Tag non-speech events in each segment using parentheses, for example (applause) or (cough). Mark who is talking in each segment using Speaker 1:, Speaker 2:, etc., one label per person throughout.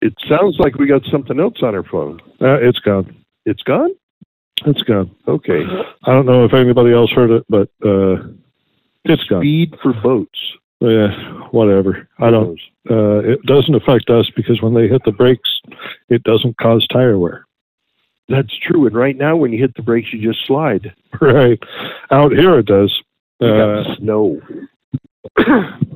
Speaker 1: It sounds like we got something else on our phone.
Speaker 2: Uh, it's gone.
Speaker 1: It's gone?
Speaker 2: It's gone.
Speaker 1: Okay.
Speaker 2: I don't know if anybody else heard it, but uh, it's gone.
Speaker 1: Speed for boats.
Speaker 2: Yeah, whatever. I don't. Uh, it doesn't affect us because when they hit the brakes, it doesn't cause tire wear. (laughs)
Speaker 1: That's true. And right now, when you hit the brakes, you just slide.
Speaker 2: Right out here, it does.
Speaker 1: You
Speaker 2: Uh,
Speaker 1: got snow.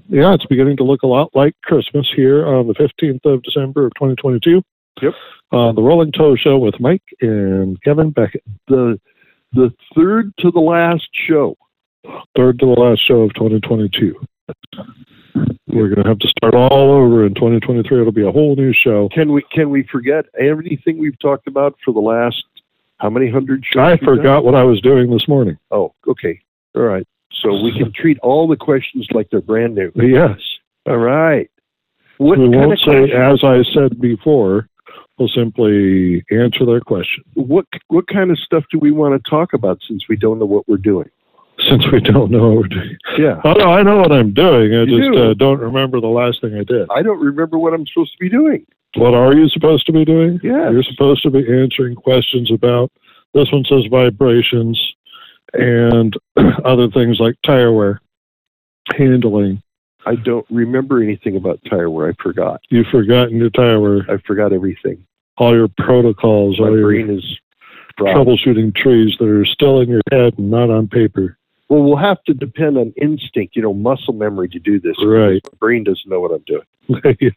Speaker 2: yeah, it's beginning to look a lot like Christmas here on the 15th of December of 2022.
Speaker 1: Yep.
Speaker 2: On the Rolling Toe Show with Mike and Kevin Beckett.
Speaker 1: The the third to the last show.
Speaker 2: Third to the last show of 2022. We're going to have to start all over in 2023. It'll be a whole new show.
Speaker 1: Can we can we forget everything we've talked about for the last how many hundred shows?
Speaker 2: I
Speaker 1: we've done?
Speaker 2: forgot what I was doing this morning.
Speaker 1: Oh, okay. All right. So we can treat all the questions like they're brand new.
Speaker 2: Yes.
Speaker 1: All right. What
Speaker 2: we
Speaker 1: kind
Speaker 2: won't
Speaker 1: of
Speaker 2: say,
Speaker 1: question-
Speaker 2: as I said before, we'll simply answer their question (laughs)
Speaker 1: what what kind of stuff do we want to talk about since we don't know what we're doing?
Speaker 2: since we don't know what we're doing.
Speaker 1: Yeah.
Speaker 2: Oh, no, I know what I'm doing. I
Speaker 1: You
Speaker 2: just
Speaker 1: do.
Speaker 2: Uh, don't remember the last thing I did.
Speaker 1: I don't remember what I'm supposed to be doing.
Speaker 2: What are you supposed to be doing?
Speaker 1: Yeah.
Speaker 2: You're supposed to be answering questions about this one says vibrations and (clears throat) other things like tire wear, handling.
Speaker 1: I don't remember anything about tire wear. I forgot.
Speaker 2: You've forgotten your tire wear,
Speaker 1: I forgot everything.
Speaker 2: all your protocols,
Speaker 1: My
Speaker 2: all your
Speaker 1: brain is fried.
Speaker 2: troubleshooting trees that are still in your head and not on paper.
Speaker 1: Well, we'll have to depend on instinct, you know, muscle memory to do this.
Speaker 2: Right. (laughs)
Speaker 1: My brain doesn't know what I'm doing.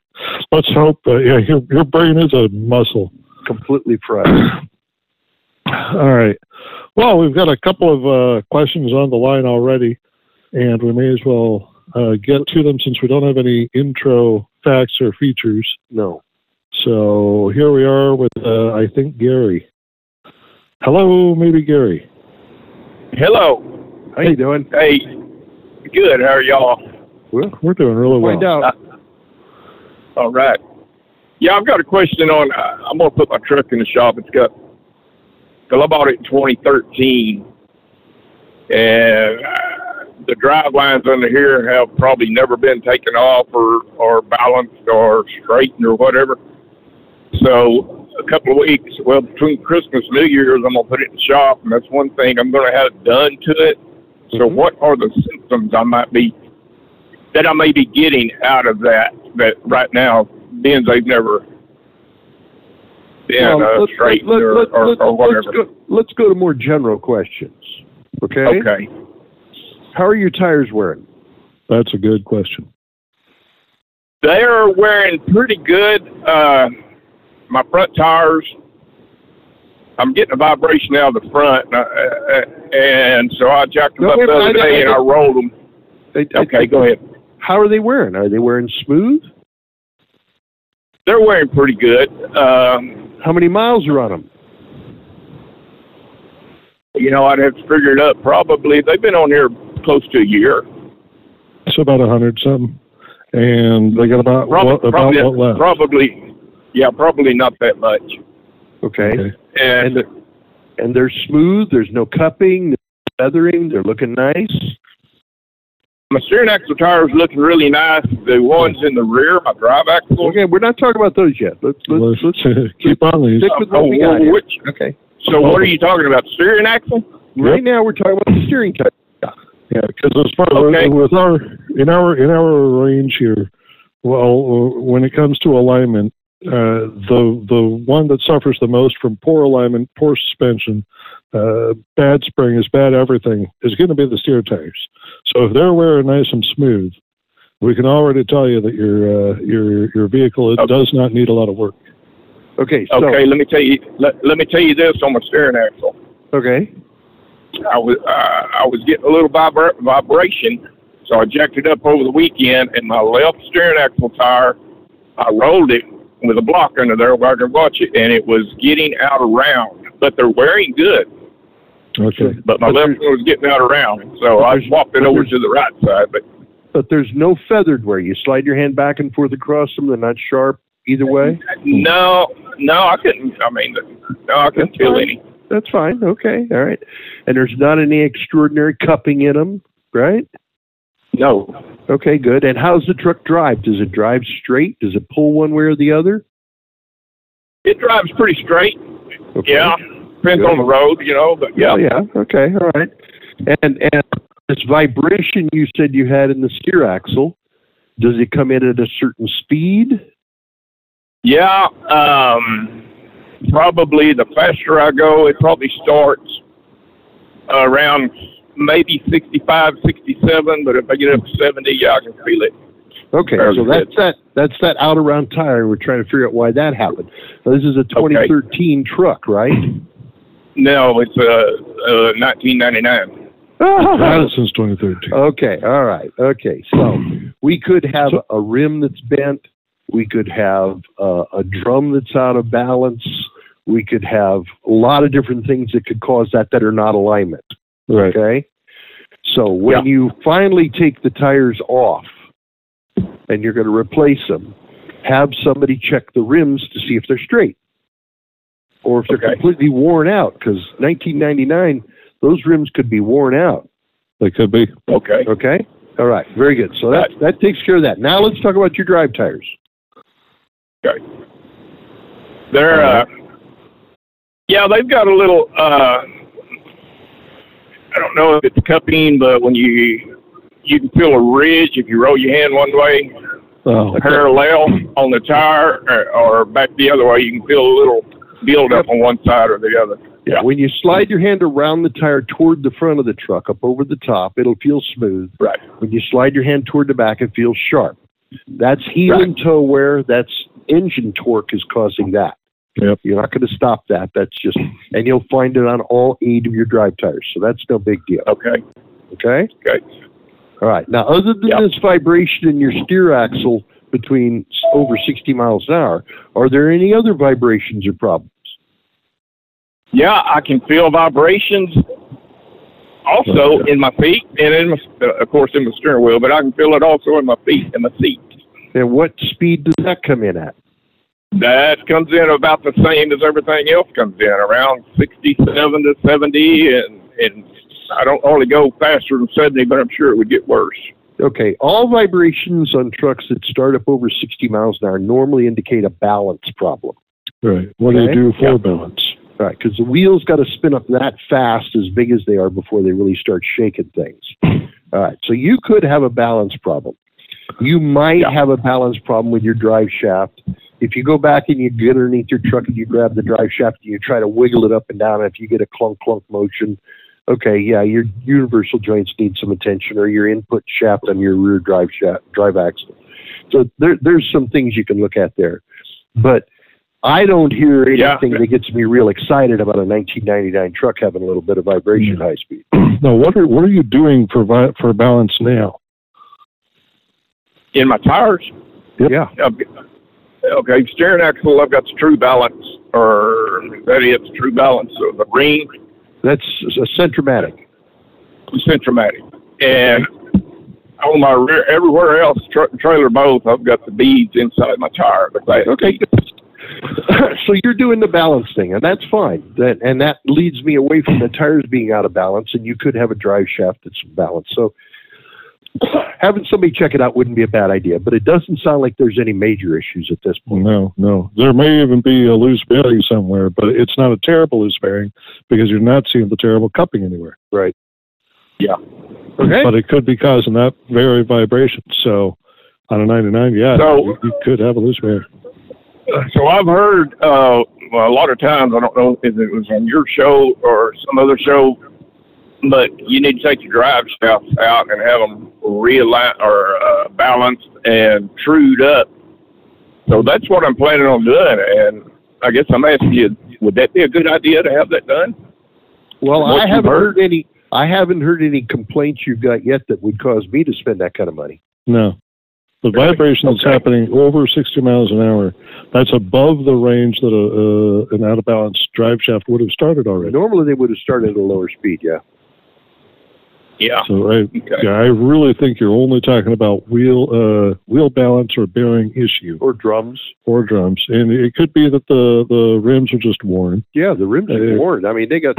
Speaker 2: Let's hope. Uh, yeah, your, your brain is a muscle.
Speaker 1: Completely fried.
Speaker 2: All right. Well, we've got a couple of uh, questions on the line already, and we may as well uh, get to them since we don't have any intro facts or features.
Speaker 1: No.
Speaker 2: So here we are with, uh, I think, Gary. Hello, maybe Gary.
Speaker 3: Hello.
Speaker 1: How you doing?
Speaker 3: Hey. Good. How are y'all?
Speaker 2: Well, we're doing really well.
Speaker 1: Find out.
Speaker 3: All right. Yeah, I've got a question on. I- I'm gonna put my truck in the shop. It's got. Cause I bought it in 2013, and uh, the drive lines under here have probably never been taken off or or balanced or straightened or whatever. So a couple of weeks, well, between Christmas and New Year's, I'm gonna put it in the shop, and that's one thing I'm gonna have done to it. So
Speaker 1: Mhm.
Speaker 3: what are the symptoms I might be that I may be getting out of that that right now being they've never been
Speaker 1: Um,
Speaker 3: uh,
Speaker 1: let's-
Speaker 3: straightened
Speaker 1: let-
Speaker 3: or,
Speaker 1: let-
Speaker 3: or,
Speaker 1: let-
Speaker 3: or
Speaker 1: let's
Speaker 3: whatever.
Speaker 1: go- Let's go to more general questions. Okay?
Speaker 3: Okay.
Speaker 1: How are your tires wearing?
Speaker 2: That's a good question.
Speaker 3: They're wearing pretty good uh my front tires. I'm getting a vibration out of the front, and, I, uh, and so I jacked them
Speaker 1: No,
Speaker 3: up
Speaker 1: wait a
Speaker 3: the other
Speaker 1: minute, I-
Speaker 3: day
Speaker 1: I-
Speaker 3: and I rolled them.
Speaker 1: I- I-
Speaker 3: Okay, go ahead.
Speaker 1: How are they wearing? Are they wearing smooth?
Speaker 3: They're wearing pretty good. Um,
Speaker 1: How many miles are on them?
Speaker 3: you know, I'd have to figure it up. Probably they've been on here close to a year.
Speaker 2: It's about a hundred something, and they got about
Speaker 3: Prob-
Speaker 2: what, about
Speaker 3: probably,
Speaker 2: what left?
Speaker 3: probably, yeah, probably not that much.
Speaker 1: Okay.
Speaker 2: Okay.
Speaker 1: And
Speaker 3: And,
Speaker 1: they're, and they're smooth. There's no cupping, no feathering. They're looking nice.
Speaker 3: my steering axle tires looking really nice. The ones in the rear, my drive axle.
Speaker 1: Okay, we're not talking about those yet. Let's let's,
Speaker 2: Let's,
Speaker 1: let's
Speaker 2: (laughs) keep on these.
Speaker 1: stick with what we
Speaker 3: Oh,
Speaker 1: got here.
Speaker 3: which,
Speaker 1: Okay.
Speaker 3: so what are you talking about? Steering axle?
Speaker 1: Right now we're talking about the steering tire.
Speaker 2: Yeah, because as far
Speaker 3: Okay.
Speaker 2: as with our in our in our range here, well, when it comes to alignment, uh, the the one that suffers the most from poor alignment, poor suspension, uh, bad springs, bad everything is going to be the steer tires. So if they're wearing nice and smooth, we can already tell you that your uh, your your vehicle it
Speaker 3: Okay.
Speaker 2: does not need a lot of work.
Speaker 1: Okay, so
Speaker 3: Okay, let me tell you. Let, let me tell you this on my steering axle.
Speaker 1: okay.
Speaker 3: I was uh, I was getting a little vibra- vibration, so I jacked it up over the weekend, and my left steering axle tire, I rolled it with a block under there where I could watch it, and it was getting out around. But they're wearing good.
Speaker 2: Okay,
Speaker 3: But my
Speaker 1: But
Speaker 3: left
Speaker 1: there's-
Speaker 3: one was getting out around, so
Speaker 1: But
Speaker 3: I
Speaker 1: there's-
Speaker 3: swapped it
Speaker 1: but
Speaker 3: over
Speaker 1: there's-
Speaker 3: to the right side. But
Speaker 1: But there's no feathered wear. You slide your hand back and forth across them, they're not sharp either way.
Speaker 3: no, no, I couldn't. I mean, no, I couldn't
Speaker 1: That's
Speaker 3: feel
Speaker 1: fine.
Speaker 3: any.
Speaker 1: That's fine. Okay. All right. And there's not any extraordinary cupping in them, right?
Speaker 3: No,
Speaker 1: Okay, good. And how's the truck drive? Does it drive straight? Does it pull one way or the other?
Speaker 3: It drives pretty straight.
Speaker 1: Okay.
Speaker 3: Yeah, depends on the road, you know. But yeah,
Speaker 1: Oh, yeah. Okay. All right. And and this vibration you said you had in the steer axle, does it come in at a certain speed?
Speaker 3: yeah. Um, probably the faster I go, it probably starts around maybe 65, 67, But if I get up to seventy, yeah, I can feel it.
Speaker 1: Okay.
Speaker 3: Fairly
Speaker 1: So that's that that's that out around tire. We're trying to figure out why that happened. Now, this is a 2013 truck, right?
Speaker 3: No, it's uh, uh 1999.
Speaker 2: Had it since 2013.
Speaker 1: Okay, all right. Okay, so we could have a rim that's bent. We could have uh, a drum that's out of balance. We could have a lot of different things that could cause that that are not alignment.
Speaker 2: right.
Speaker 1: Okay. So when you finally take the tires off and you're going to replace them, have somebody check the rims to see if they're straight or if they're
Speaker 3: Okay.
Speaker 1: completely worn out because 1999, those rims could be worn out.
Speaker 2: They could be.
Speaker 3: Okay.
Speaker 1: Okay. All right. Very good. So that that takes care of that. Now let's talk about your drive tires.
Speaker 3: They're uh, yeah, they've got a little uh, I don't know if it's cupping, but when you you can feel a ridge if you roll your hand one way
Speaker 2: Oh,
Speaker 3: parallel on the tire or, or back the other way, you can feel a little build up on one side or the other. Yeah.
Speaker 1: When you slide your hand around the tire toward the front of the truck, up over the top, it'll feel smooth.
Speaker 3: Right.
Speaker 1: When you slide your hand toward the back, it feels sharp. That's heel
Speaker 3: Right.
Speaker 1: and toe wear. That's engine torque is causing that.
Speaker 2: Yep.
Speaker 1: You're not going to stop that. That's just, and you'll find it on all eight of your drive tires. So that's no big deal.
Speaker 3: Okay.
Speaker 1: Okay.
Speaker 3: Okay.
Speaker 1: All right. Now, other than
Speaker 3: Yep.
Speaker 1: this vibration in your steer axle between s- over 60 miles an hour, are there any other vibrations or problems?
Speaker 3: Yeah, I can feel vibrations also in my feet and in my, uh, of course in my steering wheel, but I can feel it also in my feet and my seat.
Speaker 1: And what speed does that come in at?
Speaker 3: That comes in about the same as everything else comes in, around 67 to 70, and and I don't only go faster than 70, but I'm sure it would get worse.
Speaker 1: Okay, all vibrations on trucks that start up over 60 miles an hour normally indicate a balance problem.
Speaker 2: right. What
Speaker 1: Okay.
Speaker 2: do you do for
Speaker 3: Yeah.
Speaker 2: balance?
Speaker 1: All right, because the wheels got to spin up that fast, as big as they are, before they really start shaking things. All right, so you could have a balance problem. You might
Speaker 3: Yeah.
Speaker 1: have a balance problem with your drive shaft. If you go back and you get underneath your truck and you grab the drive shaft and you try to wiggle it up and down, and if you get a clunk clunk motion, okay, yeah, your universal joints need some attention, or your input shaft on your rear drive shaft drive axle. So there, there's some things you can look at there, but I don't hear
Speaker 3: Yeah.
Speaker 1: anything that gets me real excited about a 1999 truck having a little bit of vibration high speed.
Speaker 2: (clears throat) Now, what are what are you doing for vi- for balance now?
Speaker 3: In my tires,
Speaker 2: Yep.
Speaker 1: Yeah.
Speaker 3: I've got- okay, steering axle, I've got the true balance, or that is true balance of the ring,
Speaker 1: That's a centromatic.
Speaker 3: centromatic, and on my rear, everywhere else, tra- trailer both, I've got the beads inside my tire. But that,
Speaker 1: Okay. (laughs) so you're doing the balance thing, and that's fine. That and that leads me away from the tires being out of balance, and you could have a drive shaft that's balanced. So (coughs) having somebody check it out wouldn't be a bad idea, but it doesn't sound like there's any major issues at this point.
Speaker 2: No, no. There may even be a loose bearing somewhere, but it's not a terrible loose bearing because you're not seeing the terrible cupping anywhere.
Speaker 1: Okay.
Speaker 2: But it could be causing that very vibration. So on a 99, yeah,
Speaker 3: So-
Speaker 2: you, you could have a loose bearing.
Speaker 3: So I've heard uh, a lot of times. I don't know if it was on your show or some other show, but you need to take your drive shafts out and have them realigned or uh, balanced and trued up. So that's what I'm planning on doing, and I guess I'm asking you, would that be a good idea to have that done?
Speaker 1: well,
Speaker 3: what
Speaker 1: I
Speaker 3: you've
Speaker 1: haven't
Speaker 3: heard-
Speaker 1: heard any. I haven't heard any complaints you've got yet that would cause me to spend that kind of money.
Speaker 2: No. The
Speaker 3: Really?
Speaker 2: vibration that's
Speaker 3: Okay.
Speaker 2: happening over 60 miles an hour, that's above the range that a, uh, an out of balance drive shaft would have started already.
Speaker 1: Normally, they would have started at a lower speed. Yeah.
Speaker 3: Yeah.
Speaker 2: So I,
Speaker 3: Okay.
Speaker 2: yeah, I really think you're only talking about wheel uh, wheel balance or bearing issue.
Speaker 1: Or drums.
Speaker 2: or drums, and it could be that the the rims are just worn,
Speaker 1: Yeah, the rims
Speaker 2: Uh,
Speaker 1: are worn. I mean, they got.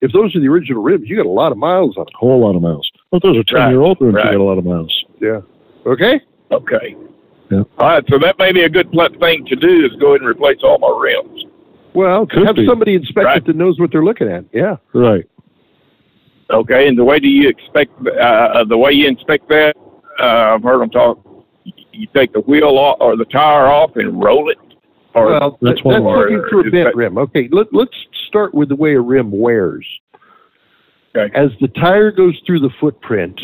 Speaker 1: If those are the original rims, you got a lot of miles on
Speaker 2: a whole lot of miles. But those are ten year old rims.
Speaker 3: right.
Speaker 2: You got a lot of miles.
Speaker 1: them. Okay.
Speaker 3: Okay.
Speaker 2: Yeah.
Speaker 3: All right. So that may be a good pl- thing to do is go ahead and replace all my rims.
Speaker 1: Well,
Speaker 2: Could
Speaker 1: have
Speaker 2: be.
Speaker 1: somebody inspect
Speaker 3: Right.
Speaker 1: it that knows what they're looking at. Yeah.
Speaker 2: Right.
Speaker 3: Okay, and the way do you expect uh, the way you inspect that? Uh, I've heard them talk. You take the wheel off or the tire off and roll it, or
Speaker 1: well,
Speaker 2: that's
Speaker 1: th- that's
Speaker 2: one way.
Speaker 1: looking through a
Speaker 3: Is
Speaker 1: bent
Speaker 3: that-
Speaker 1: rim. Okay, let, let's start with the way a rim wears.
Speaker 3: Okay.
Speaker 1: As the tire goes through the footprint,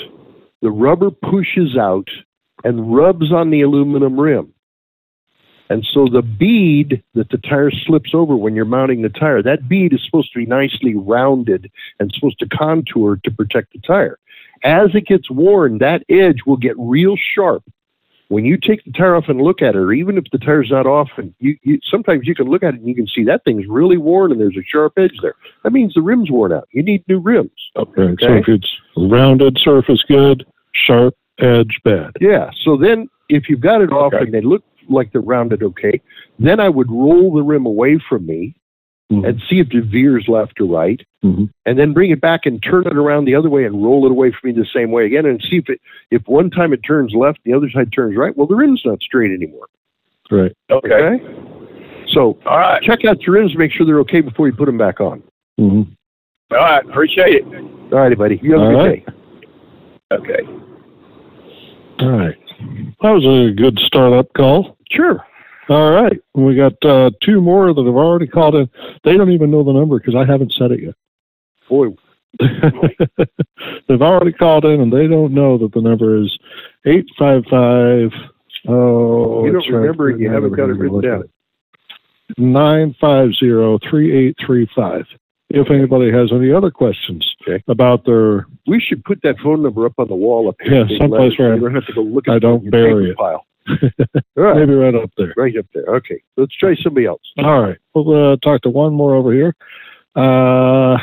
Speaker 1: the rubber pushes out and rubs on the aluminum rim. And so the bead that the tire slips over when you're mounting the tire, that bead is supposed to be nicely rounded and supposed to contour to protect the tire. As it gets worn, that edge will get real sharp when you take the tire off and look at it, or even if the tire's not off, and you, you sometimes you can look at it and you can see that thing's really worn and there's a sharp edge there. That means the rim's worn out. You need new rims.
Speaker 2: Right. So
Speaker 1: Okay.
Speaker 2: if it's rounded surface, good. Sharp edge, bad.
Speaker 1: Yeah. So then, if you've got it off
Speaker 3: Okay.
Speaker 1: and they look like they're rounded okay, then I would roll the rim away from me
Speaker 2: Mhm.
Speaker 1: and see if it veers left or right,
Speaker 2: Mhm.
Speaker 1: and then bring it back and turn it around the other way and roll it away from me the same way again, and see if it if one time it turns left, the other side turns right. Well, the rim's not straight anymore.
Speaker 2: Right.
Speaker 3: okay.
Speaker 1: okay? So
Speaker 3: All right,
Speaker 1: check out your rims, make sure they're okay before you put them back on.
Speaker 2: hmm
Speaker 3: all right. Appreciate it.
Speaker 1: All righty, buddy. You have a
Speaker 2: All
Speaker 1: good
Speaker 2: right.
Speaker 1: day.
Speaker 3: Okay.
Speaker 2: All right. That was a good startup call.
Speaker 1: Sure.
Speaker 2: All right. We got uh, two more that have already called in. They don't even know the number because I haven't said it
Speaker 1: Boy,
Speaker 2: yet. (laughs) They've already called in and they don't know that the number is 855. Oh,
Speaker 1: You don't
Speaker 2: it's right
Speaker 1: remember it, you
Speaker 2: there.
Speaker 1: haven't got it written
Speaker 2: Look at
Speaker 1: down.
Speaker 2: it. 950-3835. If anybody has any other questions
Speaker 1: Okay.
Speaker 2: about their,
Speaker 1: we should put that phone number up on the wall up
Speaker 2: Yeah,
Speaker 1: here. Big
Speaker 2: someplace
Speaker 1: letters, so
Speaker 2: where
Speaker 1: you don't have to go look at
Speaker 2: I
Speaker 1: it in
Speaker 2: don't
Speaker 1: your
Speaker 2: bury
Speaker 1: paper
Speaker 2: it. (laughs)
Speaker 1: File. All right.
Speaker 2: maybe right up there.
Speaker 1: Right up there. Okay. Let's try somebody else.
Speaker 2: All right, we'll uh, talk to one more over here. Uh,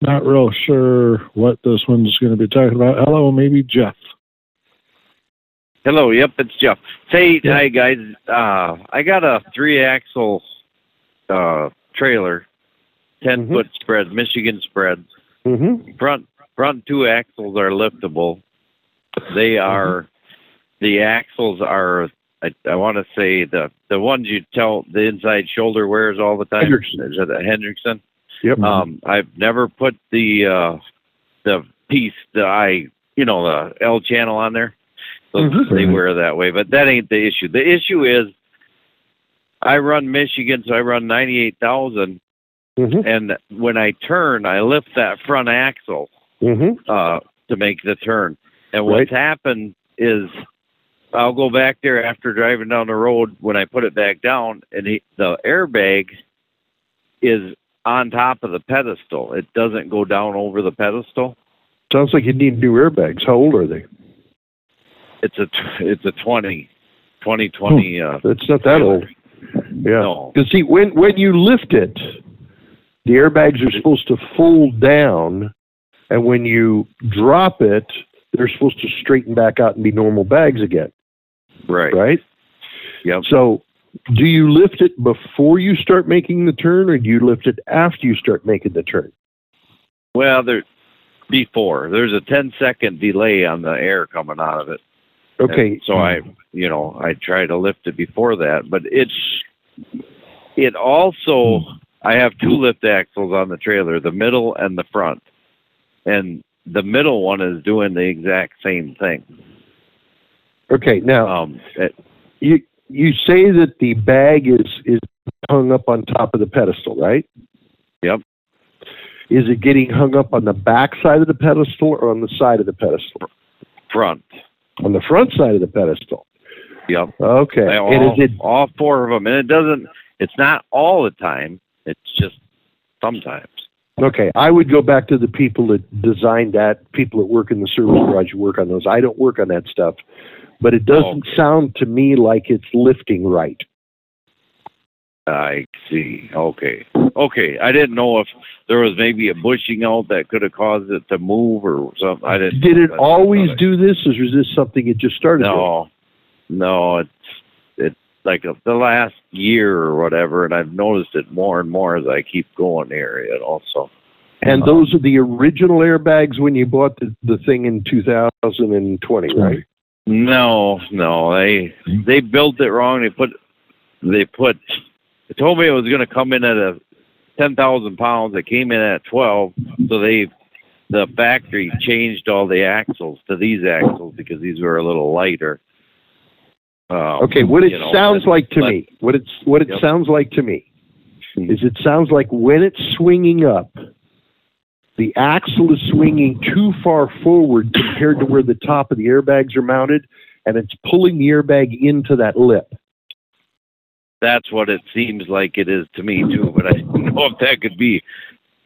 Speaker 2: not real sure what this one's going to be talking about. Hello, maybe Jeff.
Speaker 4: Hello. Yep, it's Jeff. Say,
Speaker 2: Yeah.
Speaker 4: hi guys. Uh, I got a three-axle uh, trailer, 10
Speaker 1: Mhm.
Speaker 4: foot spread, Michigan spread.
Speaker 1: Mm-hmm.
Speaker 4: Front front two axles are liftable. They are the axles are. I, I want to say the the ones you tell the inside shoulder wears all the time.
Speaker 1: Hendrickson.
Speaker 4: Is it a Hendrickson?
Speaker 1: Yep. Mm-hmm.
Speaker 4: Um, I've never put the uh, the piece that I you know the L channel on there. So
Speaker 1: Mhm.
Speaker 4: they wear that way, but that ain't the issue. The issue is I run Michigan, so I run ninety eight thousand,
Speaker 1: Mm-hmm.
Speaker 4: and when I turn, I lift that front axle
Speaker 1: Mm-hmm.
Speaker 4: uh, to make the turn. And what's happened is I'll go back there after driving down the road when I put it back down, and he, the airbag is on top of the pedestal. It doesn't go down over the pedestal.
Speaker 1: Sounds like you need new airbags. How old are they?
Speaker 4: It's a t- it's a twenty, twenty twenty. Uh,
Speaker 1: It's Hmm. not that old. Yeah.
Speaker 4: No.
Speaker 1: Because see, when when you lift it, the airbags are supposed to fold down, and when you drop it, they're supposed to straighten back out and be normal bags again.
Speaker 4: Right.
Speaker 1: right?
Speaker 4: Yep.
Speaker 1: So, do you lift it before you start making the turn, or do you lift it after you start making the turn?
Speaker 4: Well, there before there's a ten second delay on the air coming out of it.
Speaker 1: Okay,
Speaker 4: And so I, you know, I try to lift it before that, but it's it also I have two lift axles on the trailer, the middle and the front, and the middle one is doing the exact same thing.
Speaker 1: okay. Now
Speaker 4: Um, it,
Speaker 1: you you say that the bag is is hung up on top of the pedestal, right?
Speaker 4: Yep.
Speaker 1: Is it getting hung up on the back side of the pedestal or on the side of the pedestal?
Speaker 4: front.
Speaker 1: On the front side of the pedestal.
Speaker 4: Yep.
Speaker 1: Okay.
Speaker 4: They
Speaker 1: And
Speaker 4: all,
Speaker 1: is it
Speaker 4: all four of them, and it doesn't. It's not all the time. It's just sometimes.
Speaker 1: Okay, I would go back to the people that designed that, people that work in the service
Speaker 4: Oh.
Speaker 1: garage who work on those. I don't work on that stuff, but it doesn't
Speaker 4: Okay.
Speaker 1: sound to me like it's lifting right.
Speaker 4: I see. Okay. Okay. I didn't know if there was maybe a bushing out that could have caused it to move or something. I didn't.
Speaker 1: Did it
Speaker 4: that's
Speaker 1: always
Speaker 4: what I-
Speaker 1: do this, or is this something it just started?
Speaker 4: No. No. It's it's like a, the last year or whatever, and I've noticed it more and more as I keep going here. It also.
Speaker 1: doing?
Speaker 4: Uh-huh.
Speaker 1: And those are the original airbags when you bought the, the thing in 2020, right?
Speaker 4: No, no. They they built it wrong. They put they put It told me it was going to come in at a ten thousand pounds. It came in at twelve, so they the factory changed all the axles to these axles because these were a little lighter. Um,
Speaker 1: Okay, what it
Speaker 4: you know,
Speaker 1: sounds
Speaker 4: but-
Speaker 1: like to
Speaker 4: but-
Speaker 1: me, what it's what it
Speaker 4: Yep.
Speaker 1: sounds like to me,
Speaker 4: Mhm.
Speaker 1: is it sounds like when it's swinging up, the axle is swinging too far forward compared to where the top of the airbags are mounted, and it's pulling the airbag into that lip.
Speaker 4: That's what it seems like it is to me too, but I don't know if that could be.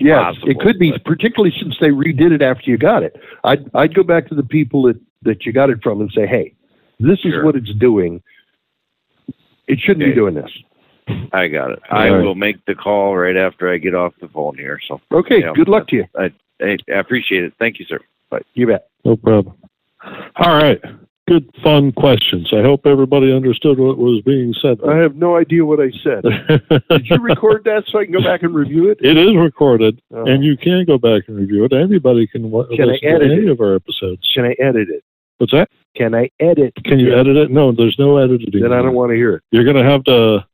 Speaker 1: Yes, it
Speaker 4: Possible,
Speaker 1: could be,
Speaker 4: but-
Speaker 1: particularly since they redid it after you got it. I'd I'd go back to the people that that you got it from and say, hey, this is
Speaker 4: Sure.
Speaker 1: what it's doing. It shouldn't be
Speaker 4: Okay.
Speaker 1: doing this.
Speaker 4: I got it. I
Speaker 2: All right.
Speaker 4: will make the call right after I get off the phone here. So
Speaker 1: Okay,
Speaker 4: Yeah.
Speaker 1: good luck to you.
Speaker 4: hey, I appreciate it. Thank you, sir.
Speaker 1: You bet.
Speaker 2: No problem. All right. Good, fun questions. I hope everybody understood what was being said.
Speaker 1: I have no idea what I (laughs) said.
Speaker 2: (laughs)
Speaker 1: Did you record that so I can go back and review it?
Speaker 2: It is recorded,
Speaker 1: Uh,
Speaker 2: and you can go back and review it. Anybody can wa-
Speaker 1: Can I
Speaker 2: listen to
Speaker 1: edit
Speaker 2: any
Speaker 1: it?
Speaker 2: of our episodes.
Speaker 1: can I edit it?
Speaker 2: What's that?
Speaker 1: Can I edit?
Speaker 2: Can you edit it? No, there's no editing.
Speaker 1: Then I don't want to hear it.
Speaker 2: You're going to have to,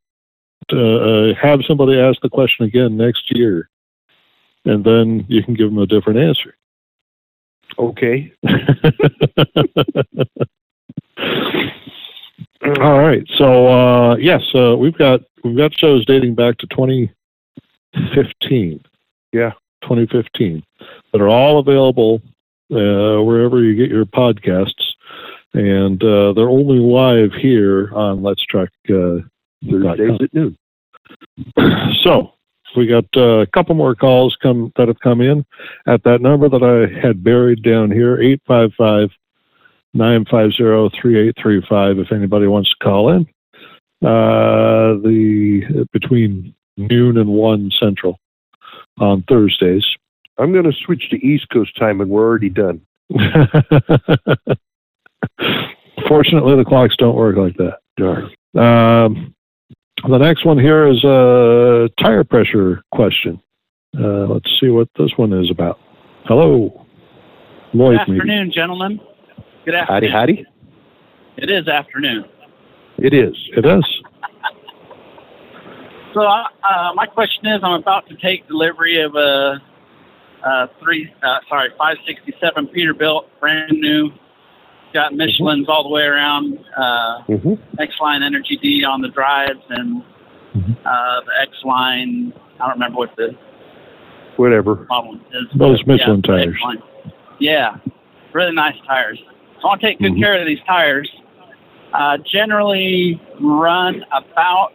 Speaker 2: to uh, have somebody ask the question again next year, and then you can give them a different answer.
Speaker 1: Okay.
Speaker 2: (laughs) All right. So uh, yes, uh, we've got we've got shows dating back to 2015.
Speaker 1: Yeah.
Speaker 2: 2015 that are all available uh, wherever you get your podcasts, and uh, they're only live here on Let's Track. Uh,
Speaker 1: Thursdays at noon.
Speaker 2: (clears throat) so we got uh, a couple more calls come that have come in at that number that I had buried down here 855 950 3835 if anybody wants to call in uh, the between noon and 1 central on Thursdays (laughs)
Speaker 1: I'm going to switch to East Coast time, and we're already done.
Speaker 2: Fortunately, the clocks don't work like that.
Speaker 1: Darn.
Speaker 2: Um, the next one here is a tire pressure question. Uh, let's see what this one is about. Hello, Lloyd.
Speaker 5: Good
Speaker 2: maybe.
Speaker 5: afternoon, gentlemen. Good
Speaker 1: Howdy, howdy.
Speaker 5: afternoon. It is afternoon.
Speaker 1: It is.
Speaker 2: It is.
Speaker 5: So I- uh, my question is, I'm about to take delivery of a, a three, uh, sorry, 567 Peterbilt, brand new. Got Michelin's all the way around. Uh,
Speaker 1: hmm
Speaker 5: X Line Energy D on the drives and
Speaker 2: Mhm.
Speaker 5: uh, the X Line. I don't remember what the
Speaker 1: Whatever.
Speaker 5: problem is.
Speaker 2: Those
Speaker 5: but,
Speaker 2: Michelin
Speaker 5: yeah,
Speaker 2: tires.
Speaker 5: X-Line. Yeah, really nice tires. I want to take good
Speaker 2: Mhm.
Speaker 5: care of these tires. Uh, generally run about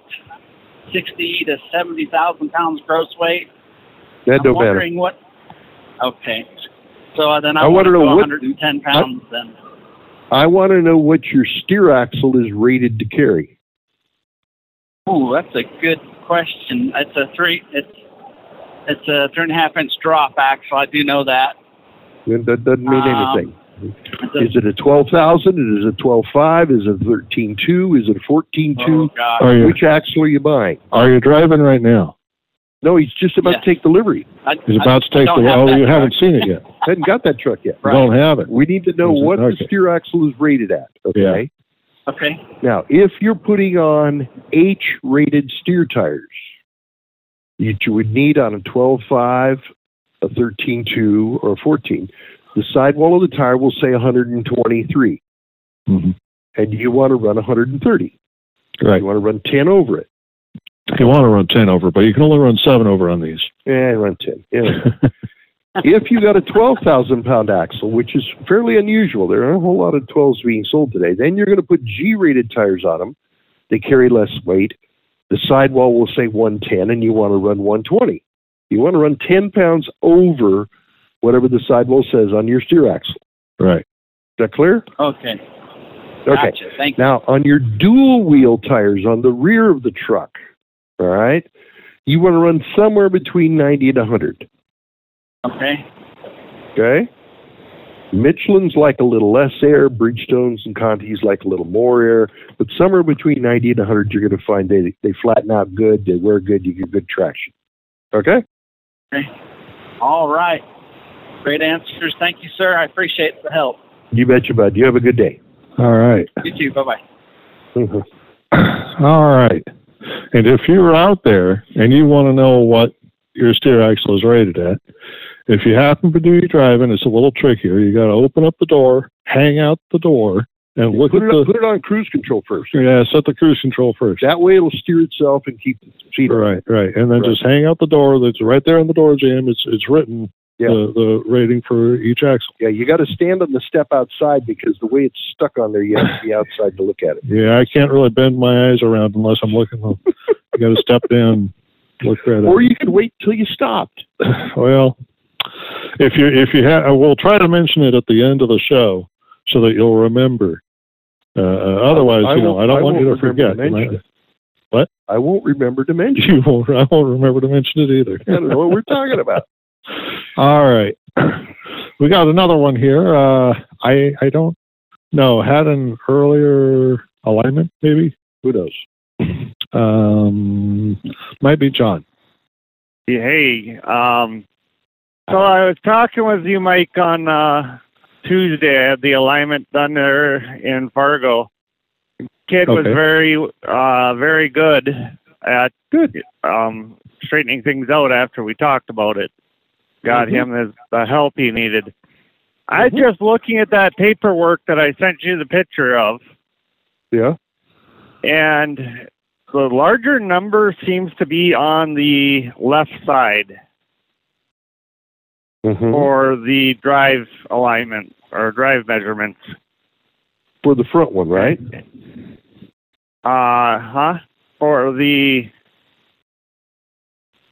Speaker 5: sixty to seventy thousand pounds gross weight.
Speaker 1: That
Speaker 5: I'm
Speaker 1: don't matter.
Speaker 5: wondering what. Okay, so uh, then I,
Speaker 1: I wanna
Speaker 5: want to
Speaker 1: know
Speaker 5: go
Speaker 1: what-
Speaker 5: 110 pounds then.
Speaker 1: I want to know what your steer axle is rated to carry.
Speaker 5: Ooh, that's a good question. It's a three. It's it's a three and a half inch drop axle. I do know that.
Speaker 1: That that doesn't mean
Speaker 5: Um,
Speaker 1: anything.
Speaker 5: It's a-
Speaker 1: Is it a 12,000? Is it a 12.5? Is it a 13.2? Is it a 14.2?
Speaker 5: oh God.
Speaker 2: Are you
Speaker 1: Which axle are you buying?
Speaker 2: are you driving right now?
Speaker 1: No, he's just about
Speaker 5: Yes.
Speaker 1: to take delivery.
Speaker 5: I,
Speaker 2: He's
Speaker 5: I
Speaker 2: about to take
Speaker 5: don't
Speaker 2: the.
Speaker 5: have
Speaker 2: Oh,
Speaker 5: that
Speaker 2: you
Speaker 5: car.
Speaker 2: haven't seen
Speaker 5: (laughs)
Speaker 2: it yet.
Speaker 1: Hadn't got that truck yet.
Speaker 5: Right.
Speaker 2: Don't have it.
Speaker 1: We need to know
Speaker 2: Is it-
Speaker 1: what the
Speaker 2: okay.
Speaker 1: steer axle is rated at. Okay.
Speaker 5: Okay.
Speaker 1: Now, if you're putting on H rated steer tires, you, you would need on a 12.5, a 13.2, or a 14. The sidewall of the tire will say 123,
Speaker 2: Mhm.
Speaker 1: and you want to run 130.
Speaker 2: Right.
Speaker 1: You want to run 10 over it.
Speaker 2: You want to run ten over, but you can only run seven over on these. (laughs)
Speaker 1: Eh, run 10. Yeah. if you got a 12,000 pound axle, which is fairly unusual, there aren't a whole lot of 12s being sold today, then you're going to put G rated tires on them. They carry less weight. The sidewall will say 110, and you want to run 120. You want to run 10 pounds over whatever the sidewall says on your steer axle. Is
Speaker 2: right.
Speaker 1: that clear?
Speaker 5: Okay.
Speaker 1: Okay.
Speaker 5: Gotcha. Thank you.
Speaker 1: Now, on your dual wheel tires on the rear of the truck, all right, you want to run somewhere between 90 and 100.
Speaker 5: Okay.
Speaker 1: Okay. Michelin's like a little less air. Bridgestones and Conti's like a little more air. But somewhere between 90 and 100, you're going to find they, they flatten out good. They wear good. You get good traction. Okay.
Speaker 5: All right. Great answers. Thank you, sir. I appreciate the help.
Speaker 1: You betcha, bud.
Speaker 2: (laughs)
Speaker 1: You have a good day.
Speaker 2: All right.
Speaker 5: You too. Bye bye.
Speaker 1: Mhm.
Speaker 2: (coughs) All right. And if you're out there and you want to know what your steer axle is rated at, if you happen to be driving, it's a little trickier. You got to open up the door, hang out the door, and look
Speaker 1: Put
Speaker 2: at
Speaker 1: it,
Speaker 2: the
Speaker 1: up, put it on cruise control first.
Speaker 2: yeah. Set the cruise control first.
Speaker 1: That way it'll steer itself and keep the feet.
Speaker 2: Right, right, and then
Speaker 1: Right.
Speaker 2: just hang out the door. That's right there on the door jam. It's it's written
Speaker 1: Yeah.
Speaker 2: the the rating for each axle.
Speaker 1: Yeah, you got to stand on the step outside because the way it's stuck on there, you have
Speaker 2: (laughs)
Speaker 1: to be outside to look at it.
Speaker 2: Yeah, I can't really bend my eyes around unless I'm looking. (laughs) Up. you got to step down, look right at.
Speaker 1: Or you could wait till you stopped.
Speaker 2: Well, if you if you have, we'll try to mention it at the end of the show so that you'll remember. Uh, uh, otherwise,
Speaker 1: I
Speaker 2: you know,
Speaker 1: won't-
Speaker 2: I don't
Speaker 1: I
Speaker 2: want you to
Speaker 1: won't remember
Speaker 2: forget.
Speaker 1: to
Speaker 2: and I-
Speaker 1: mention it. I won't remember to mention.
Speaker 2: (laughs) you won't. I won't remember to mention it either.
Speaker 1: I don't know what we're talking about.
Speaker 2: (laughs) All right, we got another one here. Uh, I I don't know. Had an earlier alignment, maybe.
Speaker 1: Who (laughs) knows?
Speaker 2: Um, might be John.
Speaker 4: Yeah, Hey, um, so I was talking with you, Mike, on uh, Tuesday. I had the alignment done there in Fargo. Kid was
Speaker 2: Okay.
Speaker 4: very, uh, very good at um, straightening things out after we talked about it. Got him his, the help he needed. I just looking at that paperwork that I sent you the picture of.
Speaker 2: Yeah.
Speaker 4: And the larger number seems to be on the left side
Speaker 2: Mm-hmm.
Speaker 4: for the drive alignment or drive measurements.
Speaker 1: For the front one, right?
Speaker 4: Uh huh. For the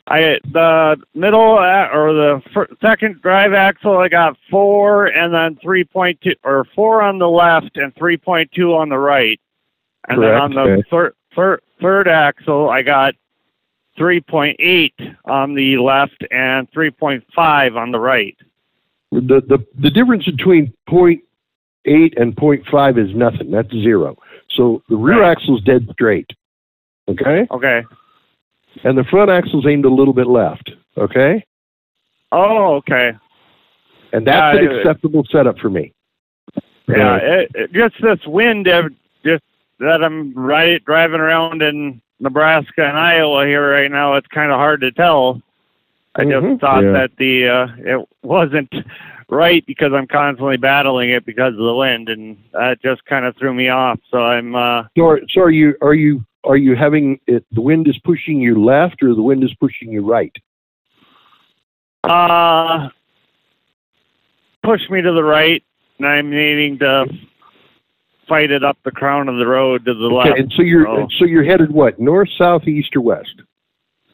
Speaker 4: I the middle a- or the fir- second drive axle, I got four, and then three point two or four on the left and three point two on the right, and
Speaker 2: Correct,
Speaker 4: then on the
Speaker 2: okay.
Speaker 4: third third third axle, I got three point eight on the left and three point five on the right.
Speaker 1: The the the difference between point eight and point five is nothing. That's zero. So the rear axle's dead straight. Okay?
Speaker 4: Okay.
Speaker 1: And the front axle's aimed a little bit left. Okay?
Speaker 4: Oh, okay.
Speaker 1: And that's
Speaker 4: Yeah,
Speaker 1: an
Speaker 4: it-
Speaker 1: acceptable setup for me.
Speaker 4: Yeah, it, it, just this wind, uh, just that I'm right driving around in Nebraska and Iowa here right now. It's kind of hard to tell. I
Speaker 1: Mhm.
Speaker 4: just thought
Speaker 2: Yeah.
Speaker 4: that the uh, it wasn't right because I'm constantly battling it because of the wind, and that just kind of threw me off. So I'm uh,
Speaker 1: So are, so are you are you are you having it, the wind is pushing you left or the wind is pushing you right?
Speaker 4: uh pushed me to the right, and I'm needing to fight it up the crown of the road to the
Speaker 1: Okay,
Speaker 4: left.
Speaker 1: and so you're
Speaker 4: Oh.
Speaker 1: so you're headed what? North, south, east, or west?